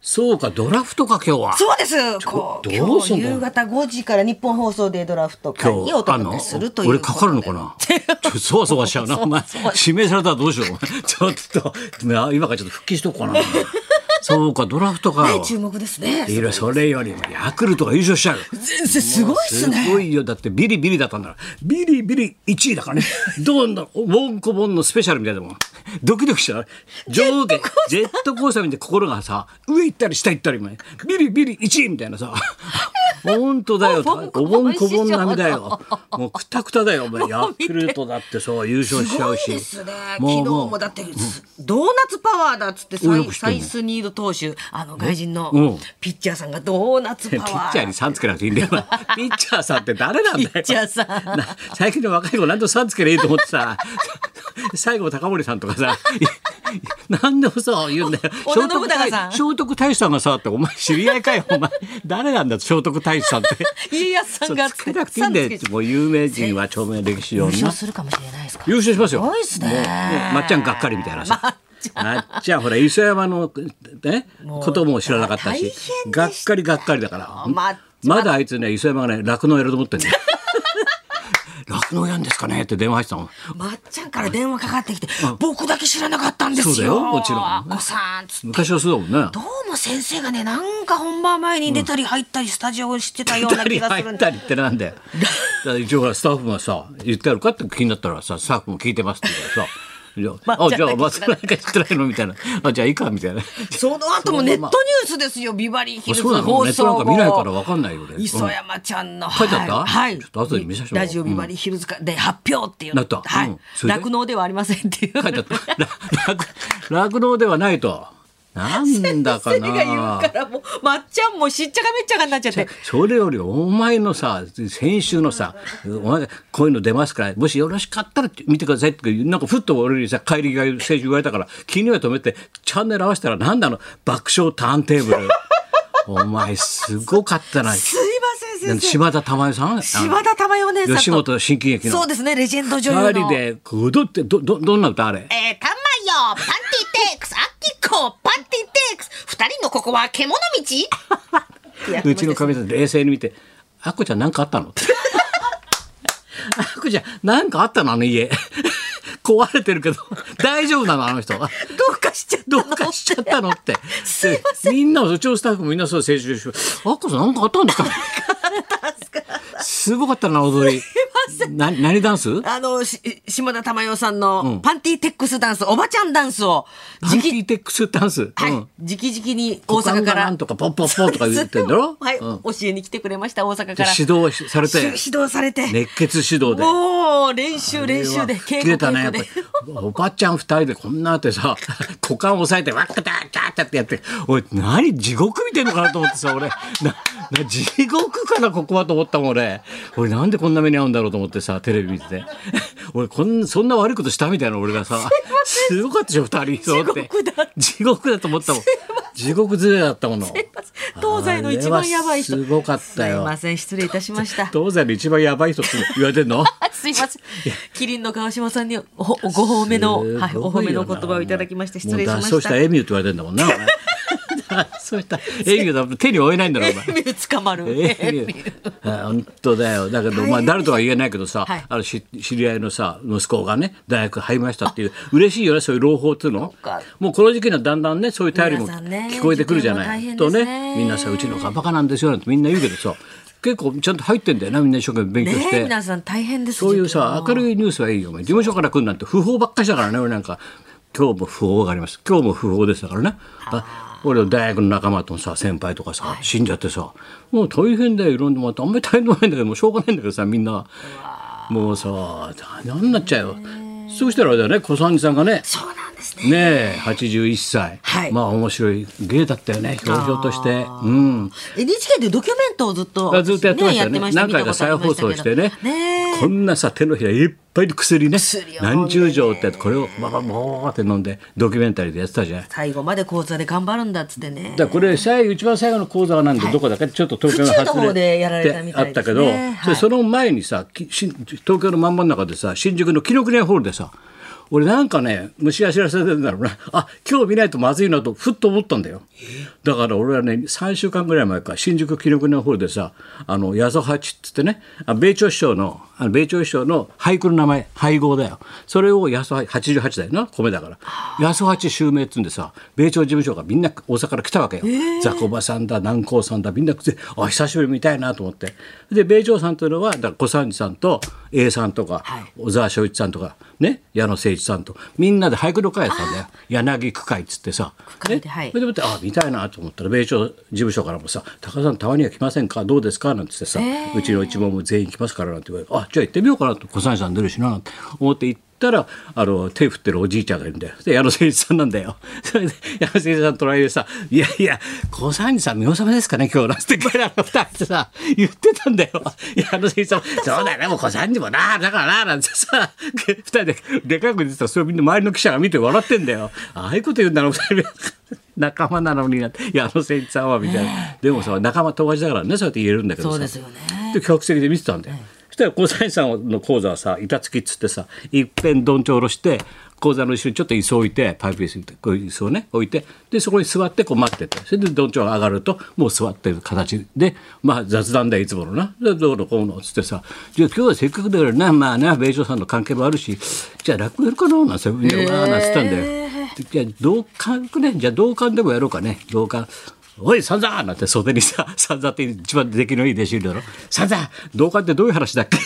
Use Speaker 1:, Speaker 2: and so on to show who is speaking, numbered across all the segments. Speaker 1: そうか、ドラフトか、今日は。
Speaker 2: そうです。こう
Speaker 1: ちょどう
Speaker 2: 今
Speaker 1: す
Speaker 2: 日
Speaker 1: んだよ
Speaker 2: 夕方5時から日本放送でドラフト会議をお
Speaker 1: あん
Speaker 2: 届
Speaker 1: の
Speaker 2: けするという
Speaker 1: 俺
Speaker 2: こ
Speaker 1: か
Speaker 2: と
Speaker 1: かるの
Speaker 2: で
Speaker 1: か なちょっとそわそわしちゃうな、お前。指名されたらどうしよう。ちょっと、な今からちょっと復帰しとこうかな。そうか、ドラフトか。
Speaker 2: ね注目ですね。
Speaker 1: いやそれよりもヤクルトが優勝しちゃう。
Speaker 2: 先生すごいっすね。
Speaker 1: すごいよ。だってビリビリだったんだから。ビリビリ1位だから ね。どうなんだろう。ウォンコボンのスペシャルみたいなもん。ドキドキしちゃう。上下、ジェットコースター見て心がさ、上行ったり下行ったりもね。ビリビリ1位みたいな さ。本当だよ。
Speaker 2: ボンコ
Speaker 1: お
Speaker 2: ボン
Speaker 1: ぼんこぼん並みだよ。もうくたくただよ。お前ヤクルトだってそう優勝し
Speaker 2: す
Speaker 1: ちゃ
Speaker 2: ご
Speaker 1: う
Speaker 2: い
Speaker 1: し。
Speaker 2: ですね。昨
Speaker 1: も
Speaker 2: 日
Speaker 1: うもう
Speaker 2: もだって、ドーナツパワーだっつってサ
Speaker 1: およ
Speaker 2: イ
Speaker 1: く知って
Speaker 2: サ
Speaker 1: んね
Speaker 2: イスニード投手あの外人
Speaker 1: うん
Speaker 2: のピッチャーさんがドーナツパ
Speaker 1: ピ
Speaker 2: ワー。
Speaker 1: ッチャーにさんつけなくていいんだよ。ピッチャーさんって誰なんだよ。
Speaker 2: ピッチャーさん
Speaker 1: な最近の若い子何とさんつけりゃいいと思ってさ、最後高森さんとかさ、何でもさ言うんだよ。
Speaker 2: お織田信長さん
Speaker 1: 聖徳太子さんがさってお前知り合いかよお前誰なんだ聖徳太子さんって。
Speaker 2: 家康さ
Speaker 1: そ
Speaker 2: ん
Speaker 1: う
Speaker 2: が
Speaker 1: つけなくていいんだよって。もう有名人は著名歴史上
Speaker 2: 優
Speaker 1: のな
Speaker 2: 勝。するかもしれないですか。
Speaker 1: 優勝しますよ。
Speaker 2: すごいっすね
Speaker 1: もうまっちゃんがっかりみたいなさ。
Speaker 2: まっ
Speaker 1: まっちゃんほら磯山のね
Speaker 2: もう
Speaker 1: ことも知らなかった
Speaker 2: 大変
Speaker 1: し
Speaker 2: でしたよ
Speaker 1: がっかりがっかりだから
Speaker 2: まっ
Speaker 1: まだあいつね磯山がね酪農やると思 ってんだよ酪農やんですかねって電話入ってたもん
Speaker 2: まっちゃんから電話かかってきて、僕だけ知らなかったんですよ。
Speaker 1: そうだよもちろん
Speaker 2: あっこさんつって
Speaker 1: 昔はそうだもんね
Speaker 2: どうも先生がねなんか本番前に出たり入ったりスタジオをしてたよう
Speaker 1: 入った
Speaker 2: な
Speaker 1: り
Speaker 2: 気がする
Speaker 1: 入
Speaker 2: ん
Speaker 1: っ
Speaker 2: で
Speaker 1: たりってなんだよだから一応ほらスタッフがさ言ってあるかって気になったらさスタッフも聞いてますって言うからさじゃあ
Speaker 2: ま
Speaker 1: あ
Speaker 2: っち
Speaker 1: じ
Speaker 2: ゃ
Speaker 1: ゃ
Speaker 2: ん
Speaker 1: あ
Speaker 2: だけ知ら
Speaker 1: 松な
Speaker 2: ない
Speaker 1: んか知ってないのみたいなあじゃあいいかみたい な
Speaker 2: その後もネットニュースですよビバリーヒルズ
Speaker 1: そうなの
Speaker 2: 放
Speaker 1: ネット
Speaker 2: 送
Speaker 1: なん
Speaker 2: 後
Speaker 1: か見ないからわかんないよ俺
Speaker 2: 磯山ちゃんの
Speaker 1: 書いてあった
Speaker 2: はいはい
Speaker 1: ちょっと後で見させてもらおう
Speaker 2: ラジオビバリーヒルズかで発表っていう
Speaker 1: なった
Speaker 2: は
Speaker 1: う
Speaker 2: い
Speaker 1: んそれで
Speaker 2: 酪農ではありませんっていう
Speaker 1: 書いてあった。ら酪酪農ではないと。なんだか
Speaker 2: 先生が言う
Speaker 1: な
Speaker 2: か。らもうまっちゃんもしっちゃかめっちゃかになっちゃって
Speaker 1: それよりお前のさ先週のさ「お前こういうの出ますからもしよろしかったら見てください」ってなんかふっと俺にさ帰りが先週言われたから気には止めてチャンネル合わせたらなんだあの爆笑ターンテーブ ルお前すごかったな
Speaker 2: すいません先生
Speaker 1: 島田珠代さん
Speaker 2: 柴田珠代お姉さんと
Speaker 1: 吉本新喜劇の
Speaker 2: そうですねレジェンド女
Speaker 1: 二
Speaker 2: 優
Speaker 1: 人
Speaker 2: の
Speaker 1: で踊ってどどどんな歌あれ
Speaker 2: えー、たまよ、パンティテークス、あきこ、パンティテークス、二人のここは獣道
Speaker 1: うちのかみさん冷静に見て「あっこちゃん何かあったの?」って「あっこちゃん何かあったのあの家壊れてるけど大丈夫なのあの人」
Speaker 2: どうかしちゃった
Speaker 1: ど
Speaker 2: の
Speaker 1: うかしちゃったのって。
Speaker 2: すいませ
Speaker 1: でみんな、うちのスタッフもみんなそう、先週、あっこさんなんかあったんですかすごかったな、踊り。な何ダンス
Speaker 2: あの、し、島田珠代さんの、パンティテックスダンス、おばちゃんダンスを、
Speaker 1: パン
Speaker 2: じ
Speaker 1: テ
Speaker 2: き、
Speaker 1: ィテックスダンス。
Speaker 2: は
Speaker 1: うん
Speaker 2: い、じきじきに大阪
Speaker 1: 股間
Speaker 2: か
Speaker 1: がな
Speaker 2: ら
Speaker 1: ん。とか、ポッポッポッとか言ってんだろ
Speaker 2: はい、
Speaker 1: うん
Speaker 2: 教えに来てくれました、大阪か
Speaker 1: で
Speaker 2: ら。
Speaker 1: 指導しされ、
Speaker 2: して指導されて。
Speaker 1: 熱血指導で。
Speaker 2: もう、練習練習で、稽
Speaker 1: 切れ
Speaker 2: 古
Speaker 1: たねや
Speaker 2: 稽
Speaker 1: っぱ
Speaker 2: 古
Speaker 1: り
Speaker 2: で。
Speaker 1: おばちゃん二人でこんなってさ股間押さえてわっかたたたってやっておい何地獄見てんのかなと思ってさ俺なな地獄かなここはと思ったもん俺俺なんでこんな目に遭うんだろうと思ってさテレビ見てて俺こんそんな悪いことしたみたいな俺がさすごかったでしょ二人そうって
Speaker 2: 地獄だ
Speaker 1: 地獄だと思ったもん地獄ずれだったもの
Speaker 2: 東西の一番やばい人。
Speaker 1: あれはすごかったよ
Speaker 2: すいません、失礼いたしました。
Speaker 1: 東西で一番やばい人って言われてんの
Speaker 2: あすいません。キリンの川島さんにおご褒め
Speaker 1: す
Speaker 2: の、
Speaker 1: ごいよな
Speaker 2: はい、お褒めの言葉をいただきまして失礼しま
Speaker 1: もう脱走
Speaker 2: し
Speaker 1: した
Speaker 2: た。
Speaker 1: エミューって言われてんだもんな。お前脱走したエミューだ手に負えないんだろお前。
Speaker 2: エミュ捕まる。
Speaker 1: エ ミューあ本当だよだけど、まあ、誰とは言えないけどさ、
Speaker 2: はい
Speaker 1: あのし知り合いのさ息子がね大学入りましたっていう嬉しいよねそういう朗報っていうの
Speaker 2: か
Speaker 1: もうこの時期にはだんだんねそういう頼りも
Speaker 2: 皆さんね
Speaker 1: 聞こえてくるじゃない、
Speaker 2: 受験も
Speaker 1: と
Speaker 2: 大変ですね
Speaker 1: ねみんなさ「うちの子はバカなんですよ」なんてみんな言うけどさ結構ちゃんと入ってんだよなみんな一生懸命勉強
Speaker 2: ね
Speaker 1: し
Speaker 2: え
Speaker 1: て。
Speaker 2: 皆さん大変です。
Speaker 1: そういうさ、明
Speaker 2: い。
Speaker 1: るいニュースはいいよ。お前事務所から来るなんて不法ばっかしだからね、俺なんか。今日も不法があります。今日も不法でしたからね。あ俺の大学の仲間とさ、先輩とかさ、死んじゃってさ、もう大変だよ、いろんな、またあんまり大変でもないんだけど、もうしょうがないんだけどさ、みんな。もうさ、何になっちゃうよ。そうしたらあれだよね、小三治さんがね、
Speaker 2: そうなんですね。
Speaker 1: ねえ、81歳。
Speaker 2: はい
Speaker 1: まあ面白い芸だったよね、表情として。うん。
Speaker 2: NHK でドキュメントをずっと
Speaker 1: ずっとやってましたよね
Speaker 2: ねやっ
Speaker 1: 何
Speaker 2: てま
Speaker 1: 回
Speaker 2: した
Speaker 1: か再放送してね
Speaker 2: 見たことありましたけどねえ
Speaker 1: こんなさ手のひらいっぱいに薬ね
Speaker 2: 薬を飲んでね
Speaker 1: 何十錠ってこれをバババーって飲んでドキュメンタリーでやってたじゃない。
Speaker 2: 最後まで講座で頑張るんだっつってね。
Speaker 1: だからこれ最後一番最後の講座はなんで、どこだかちょっと東京の
Speaker 2: 府中の
Speaker 1: 外れ
Speaker 2: 方でやられたみたい
Speaker 1: あっ
Speaker 2: ですね
Speaker 1: たけど、
Speaker 2: はい
Speaker 1: それその前にさきし東京のまん真ん中でさ新宿の紀ノ国屋ホールでさ俺なんかね虫が知らせてるんだろうなあ今日見ないとまずいなとふっと思ったんだよだから俺はね3週間ぐらい前か新宿紀ノ国の方でさあの八十八っつってねあ米朝首相のあの米朝首相の俳句の名前配合だよそれを八十八88だよな米だから八十八襲名っつうんでさ米朝事務所がみんな大阪から来たわけよ、ザコバさんだ南光さんだみんな来てあ久しぶり見たいなと思ってで米朝さんというのはだから小三治さんと A さんとか、
Speaker 2: はい
Speaker 1: 小沢昭一さんとかね矢野誠一さんとみんなで俳句の会やってたんだよ柳区会っつってさ
Speaker 2: 区会ではい
Speaker 1: それでもってあ見たいなと思ったら米朝事務所からもさ「高田さんたまには来ませんかどうですか?」なんつってさ、うちの一門も全員来ますから」なんて言われて「あじゃあ行ってみようかな」と小三治さん出るしななんて思って行ったらあの手振ってるおじいちゃんがいるんだよで矢野誠一さんなんだよそれで矢野誠一さん隣でさ「いやいや小三治さん見納めですかね今日」なんつって彼らが二人でさ言ってたんだよ矢野誠一さんも「そうだよねもう小三治もなだからな」なんてさで二人ででかく出てたらそれみんな周りの記者が見て笑ってんだよああいうこと言うんだろう二人で仲間なのになって「いやあの誠一さんは」みたいなでもさ仲間友達だからねそうやって言えるんだけどさ
Speaker 2: そうですよね
Speaker 1: で客席で見てたんだよ、そしたら小三治さんの講座はさ板付きっつってさいっぺんどんちょおろして講座の後ろにちょっと椅子を置いてパイプ椅子みたいなこういう椅子をね置いてでそこに座ってこう待っててそれでどんちょが上がるともう座ってる形でまあ雑談だよいつものなでどうのこうのっつってさじゃあ今日はせっかくだからねまあね米朝さんの関係もあるしじゃあ落語やるかななんて言ってうわーなんつったんだよ。じゃあ同感ねじゃあ同感でもやろうかね同感おい、さんざなんて袖にさ、 さんざって一番出来のいい弟子いるだろ。さんざ同感ってどういう話だっけ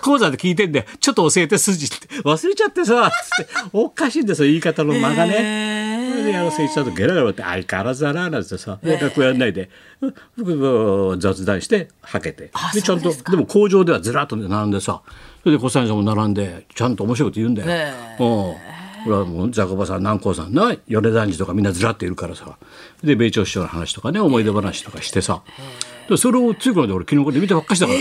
Speaker 1: 講座で聞いてんだよ。ちょっと教えて筋って。忘れちゃってさ、つって。おかしいんですよ、言い方の間がね。それで、矢野誠一さんとゲラゲラって、相変わらずだな、なんてさ、音楽やんないで、僕も雑談して、はけて。で、ちゃんと、でも工場ではずらっと並んでさ、それで小三治さんも並んで、ちゃんと面白いこと言うんだよ。うん。ほらもうザコバさん南光さんな米男児とかみんなずらっといるからさで米朝首相の話とかね思い出話とかしてさでそれをついこの間俺昨日これ見てばっかしだから。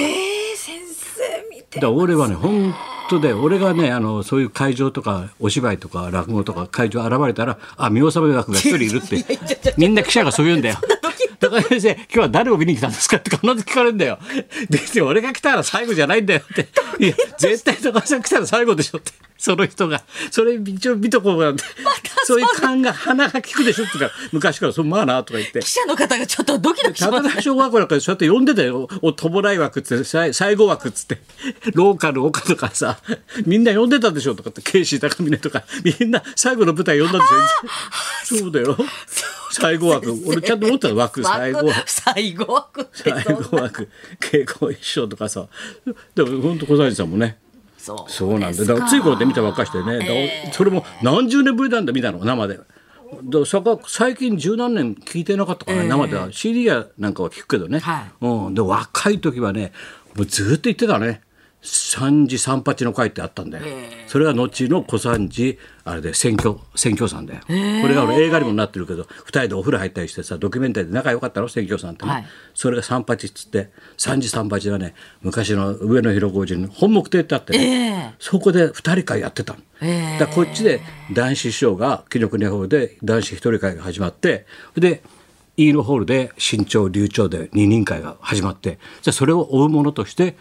Speaker 1: だから俺はね本当で俺がねあのそういう会場とかお芝居とか落語とか会場現れたらあ見納め枠が一人いるって みんな記者がそう言うんだよ。高橋先生今日は誰を見に来たんですかって必ず聞かれるん だよ。別に俺が来たら最後じゃないんだよ って。いや絶対高橋さん来たら最後でしょってその人がそれ一応見とこう なんてそういう感が鼻が利くでしょって言うから昔からそうまあなとか言って
Speaker 2: 記者の方がちょっとドキドキし
Speaker 1: 高
Speaker 2: ます
Speaker 1: 田小学校なんかでそうやって呼んでたよ。お、友来枠っつって、さい最後枠っつって、 ローカル岡とかさ、みんな呼んでたでしょとかって、ケイシー高峰とか、みんな最後の舞台呼んだんですよ。そうだよ。最後枠。俺ちゃんと思ってた枠、最後枠。
Speaker 2: 最後枠って
Speaker 1: 最
Speaker 2: そんな
Speaker 1: 後枠。稽古一緒とかさ。でも本当小西さんもね。
Speaker 2: そう
Speaker 1: そうなんだ。だからついこので見たばっかしてね、だからそれも何十年ぶりなんだ見たの生で。だそこは最近十何年聞いてなかったから、ね生では CD やなんかは聞くけどね、
Speaker 2: はい
Speaker 1: うん、で若い時はねもうずっと言ってたね三時三八の会ってあったんだよ、それが後の小三時あれで選挙選挙さんだよ、これが俺映画にもなってるけど二人でお風呂入ったりしてさドキュメンタリーで仲良かったの選挙さんってね、
Speaker 2: はい
Speaker 1: それが三八っつって三時三八はね昔の上野広小路の本木亭ってあってね、そこで2人会やってたの。だからこっちで男子師匠が紀ノ国屋ホールで男子一人会が始まってで飯野ホールで新潮流暢で二人会が始まってじゃあそれを追うものとして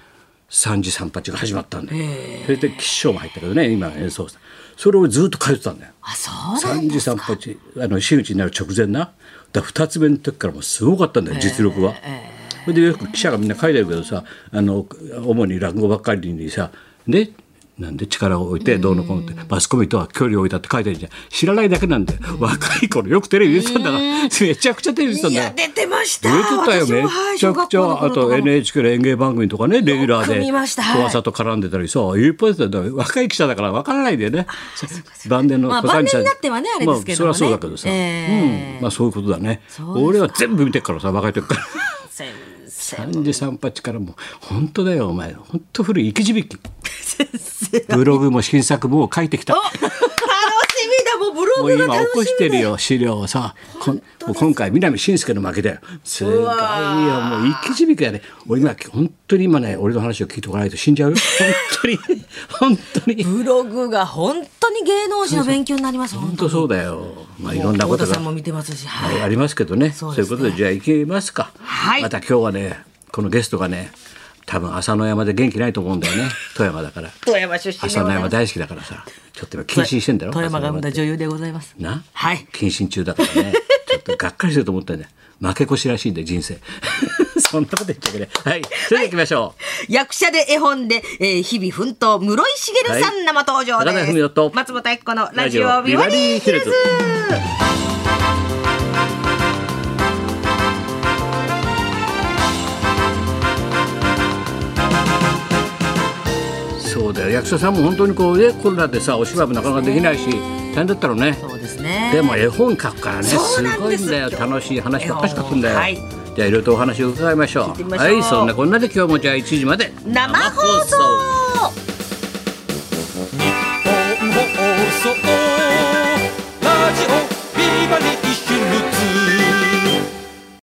Speaker 1: 三時三八が始まったんだよ。それで吉祥も入ったけどね今演奏したそれをずっと通ってたんだよ。
Speaker 2: あそうなん
Speaker 1: 三時三八あの真打ちになる直前なだから2つ目の時からもうすごかったんだよ実力は。それでよく記者がみんな書いてあるけどさあの主に落語ばっかりにさねなんで力を置いてどうのこうのってマスコミとは距離を置いたって書いてあるじゃん知らないだけなんで若い頃よくテレビ出てたんだからめちゃくちゃテレビ出てたん
Speaker 2: い
Speaker 1: だ
Speaker 2: や
Speaker 1: よ。
Speaker 2: 出てました
Speaker 1: 出てたよ
Speaker 2: 私も
Speaker 1: め
Speaker 2: はい
Speaker 1: ちゃ
Speaker 2: 小
Speaker 1: く
Speaker 2: 学
Speaker 1: ち
Speaker 2: 校の
Speaker 1: ゃあ
Speaker 2: 頃と
Speaker 1: と
Speaker 2: かも
Speaker 1: NHK の演芸番組とかねレギュラー
Speaker 2: よく
Speaker 1: で
Speaker 2: 見ましたはい
Speaker 1: 小朝と絡んでたりさいっぱい出てたんだよ若い記者だから分からないんだよね晩年の
Speaker 2: まあ
Speaker 1: 小谷さん
Speaker 2: 晩年になってはねあれですけど
Speaker 1: ま
Speaker 2: もね
Speaker 1: あそれはそうだけどさ
Speaker 2: え
Speaker 1: うんまあそういうことだね俺は全部見てるからさ若い時から。
Speaker 2: 先生
Speaker 1: 三時三八からもう本当だよお前本当古い生き字引 きブログも新作も書いてきた
Speaker 2: 楽しみだもうブロ
Speaker 1: もう
Speaker 2: グが
Speaker 1: 今起こ
Speaker 2: 楽し
Speaker 1: して
Speaker 2: み
Speaker 1: るよ資料をさこんもう今回南信介の負けだよすごいよもう生き字引きだね俺今本当に今ね俺の話を聞いておかないと死んじゃう よ本当に本当に
Speaker 2: ブログが本当に芸能人の勉強になります
Speaker 1: 本
Speaker 2: 本当
Speaker 1: 当そうだよまあいろんなこ
Speaker 2: 太
Speaker 1: と
Speaker 2: 田
Speaker 1: が
Speaker 2: さんも見てますしはい
Speaker 1: ありますけどね。そ
Speaker 2: そ
Speaker 1: うう
Speaker 2: ですね
Speaker 1: いうことでじゃあ行きますか。
Speaker 2: はい
Speaker 1: また今日はねこのゲストがね多分朝野山で元気ないと思うんだよね富山だから
Speaker 2: 富山出身で
Speaker 1: 朝野
Speaker 2: ございま
Speaker 1: 山
Speaker 2: す
Speaker 1: 大好きだからさちょっと今謹慎してんだろ
Speaker 2: 富山が
Speaker 1: 朝野山
Speaker 2: 生んだ
Speaker 1: って
Speaker 2: 女優でございます
Speaker 1: な
Speaker 2: はい
Speaker 1: 謹慎中だから ねちょっとがっかりすると思ったんだよ負け越しらしいんで人生 そんなこと言っちゃいけないはいそれでは行きましょ
Speaker 2: 役者で絵本で、えー日々奮闘室井
Speaker 1: は
Speaker 2: 茂
Speaker 1: い
Speaker 2: さん生登場
Speaker 1: 高田文夫
Speaker 2: です、
Speaker 1: と
Speaker 2: 松本明子の
Speaker 1: う
Speaker 2: ラジオビバリーヒルズ
Speaker 1: そうだよ役者さんも本当にこうねコロナでさお芝居もなかなかできないし大変だったろうね
Speaker 2: そうですね
Speaker 1: でも絵本書くからね
Speaker 2: そう
Speaker 1: す
Speaker 2: なん
Speaker 1: ご
Speaker 2: で
Speaker 1: い
Speaker 2: す
Speaker 1: んだよ楽しい話ばっかり書くんだよ、
Speaker 2: はい
Speaker 1: じゃあいろいろとお話を伺いましょう
Speaker 2: 聞いてみましょう
Speaker 1: はいそんなこんなで今日もじゃあ1時まで
Speaker 2: 生放送
Speaker 3: 日本放送ラジオビバリーヒルズ」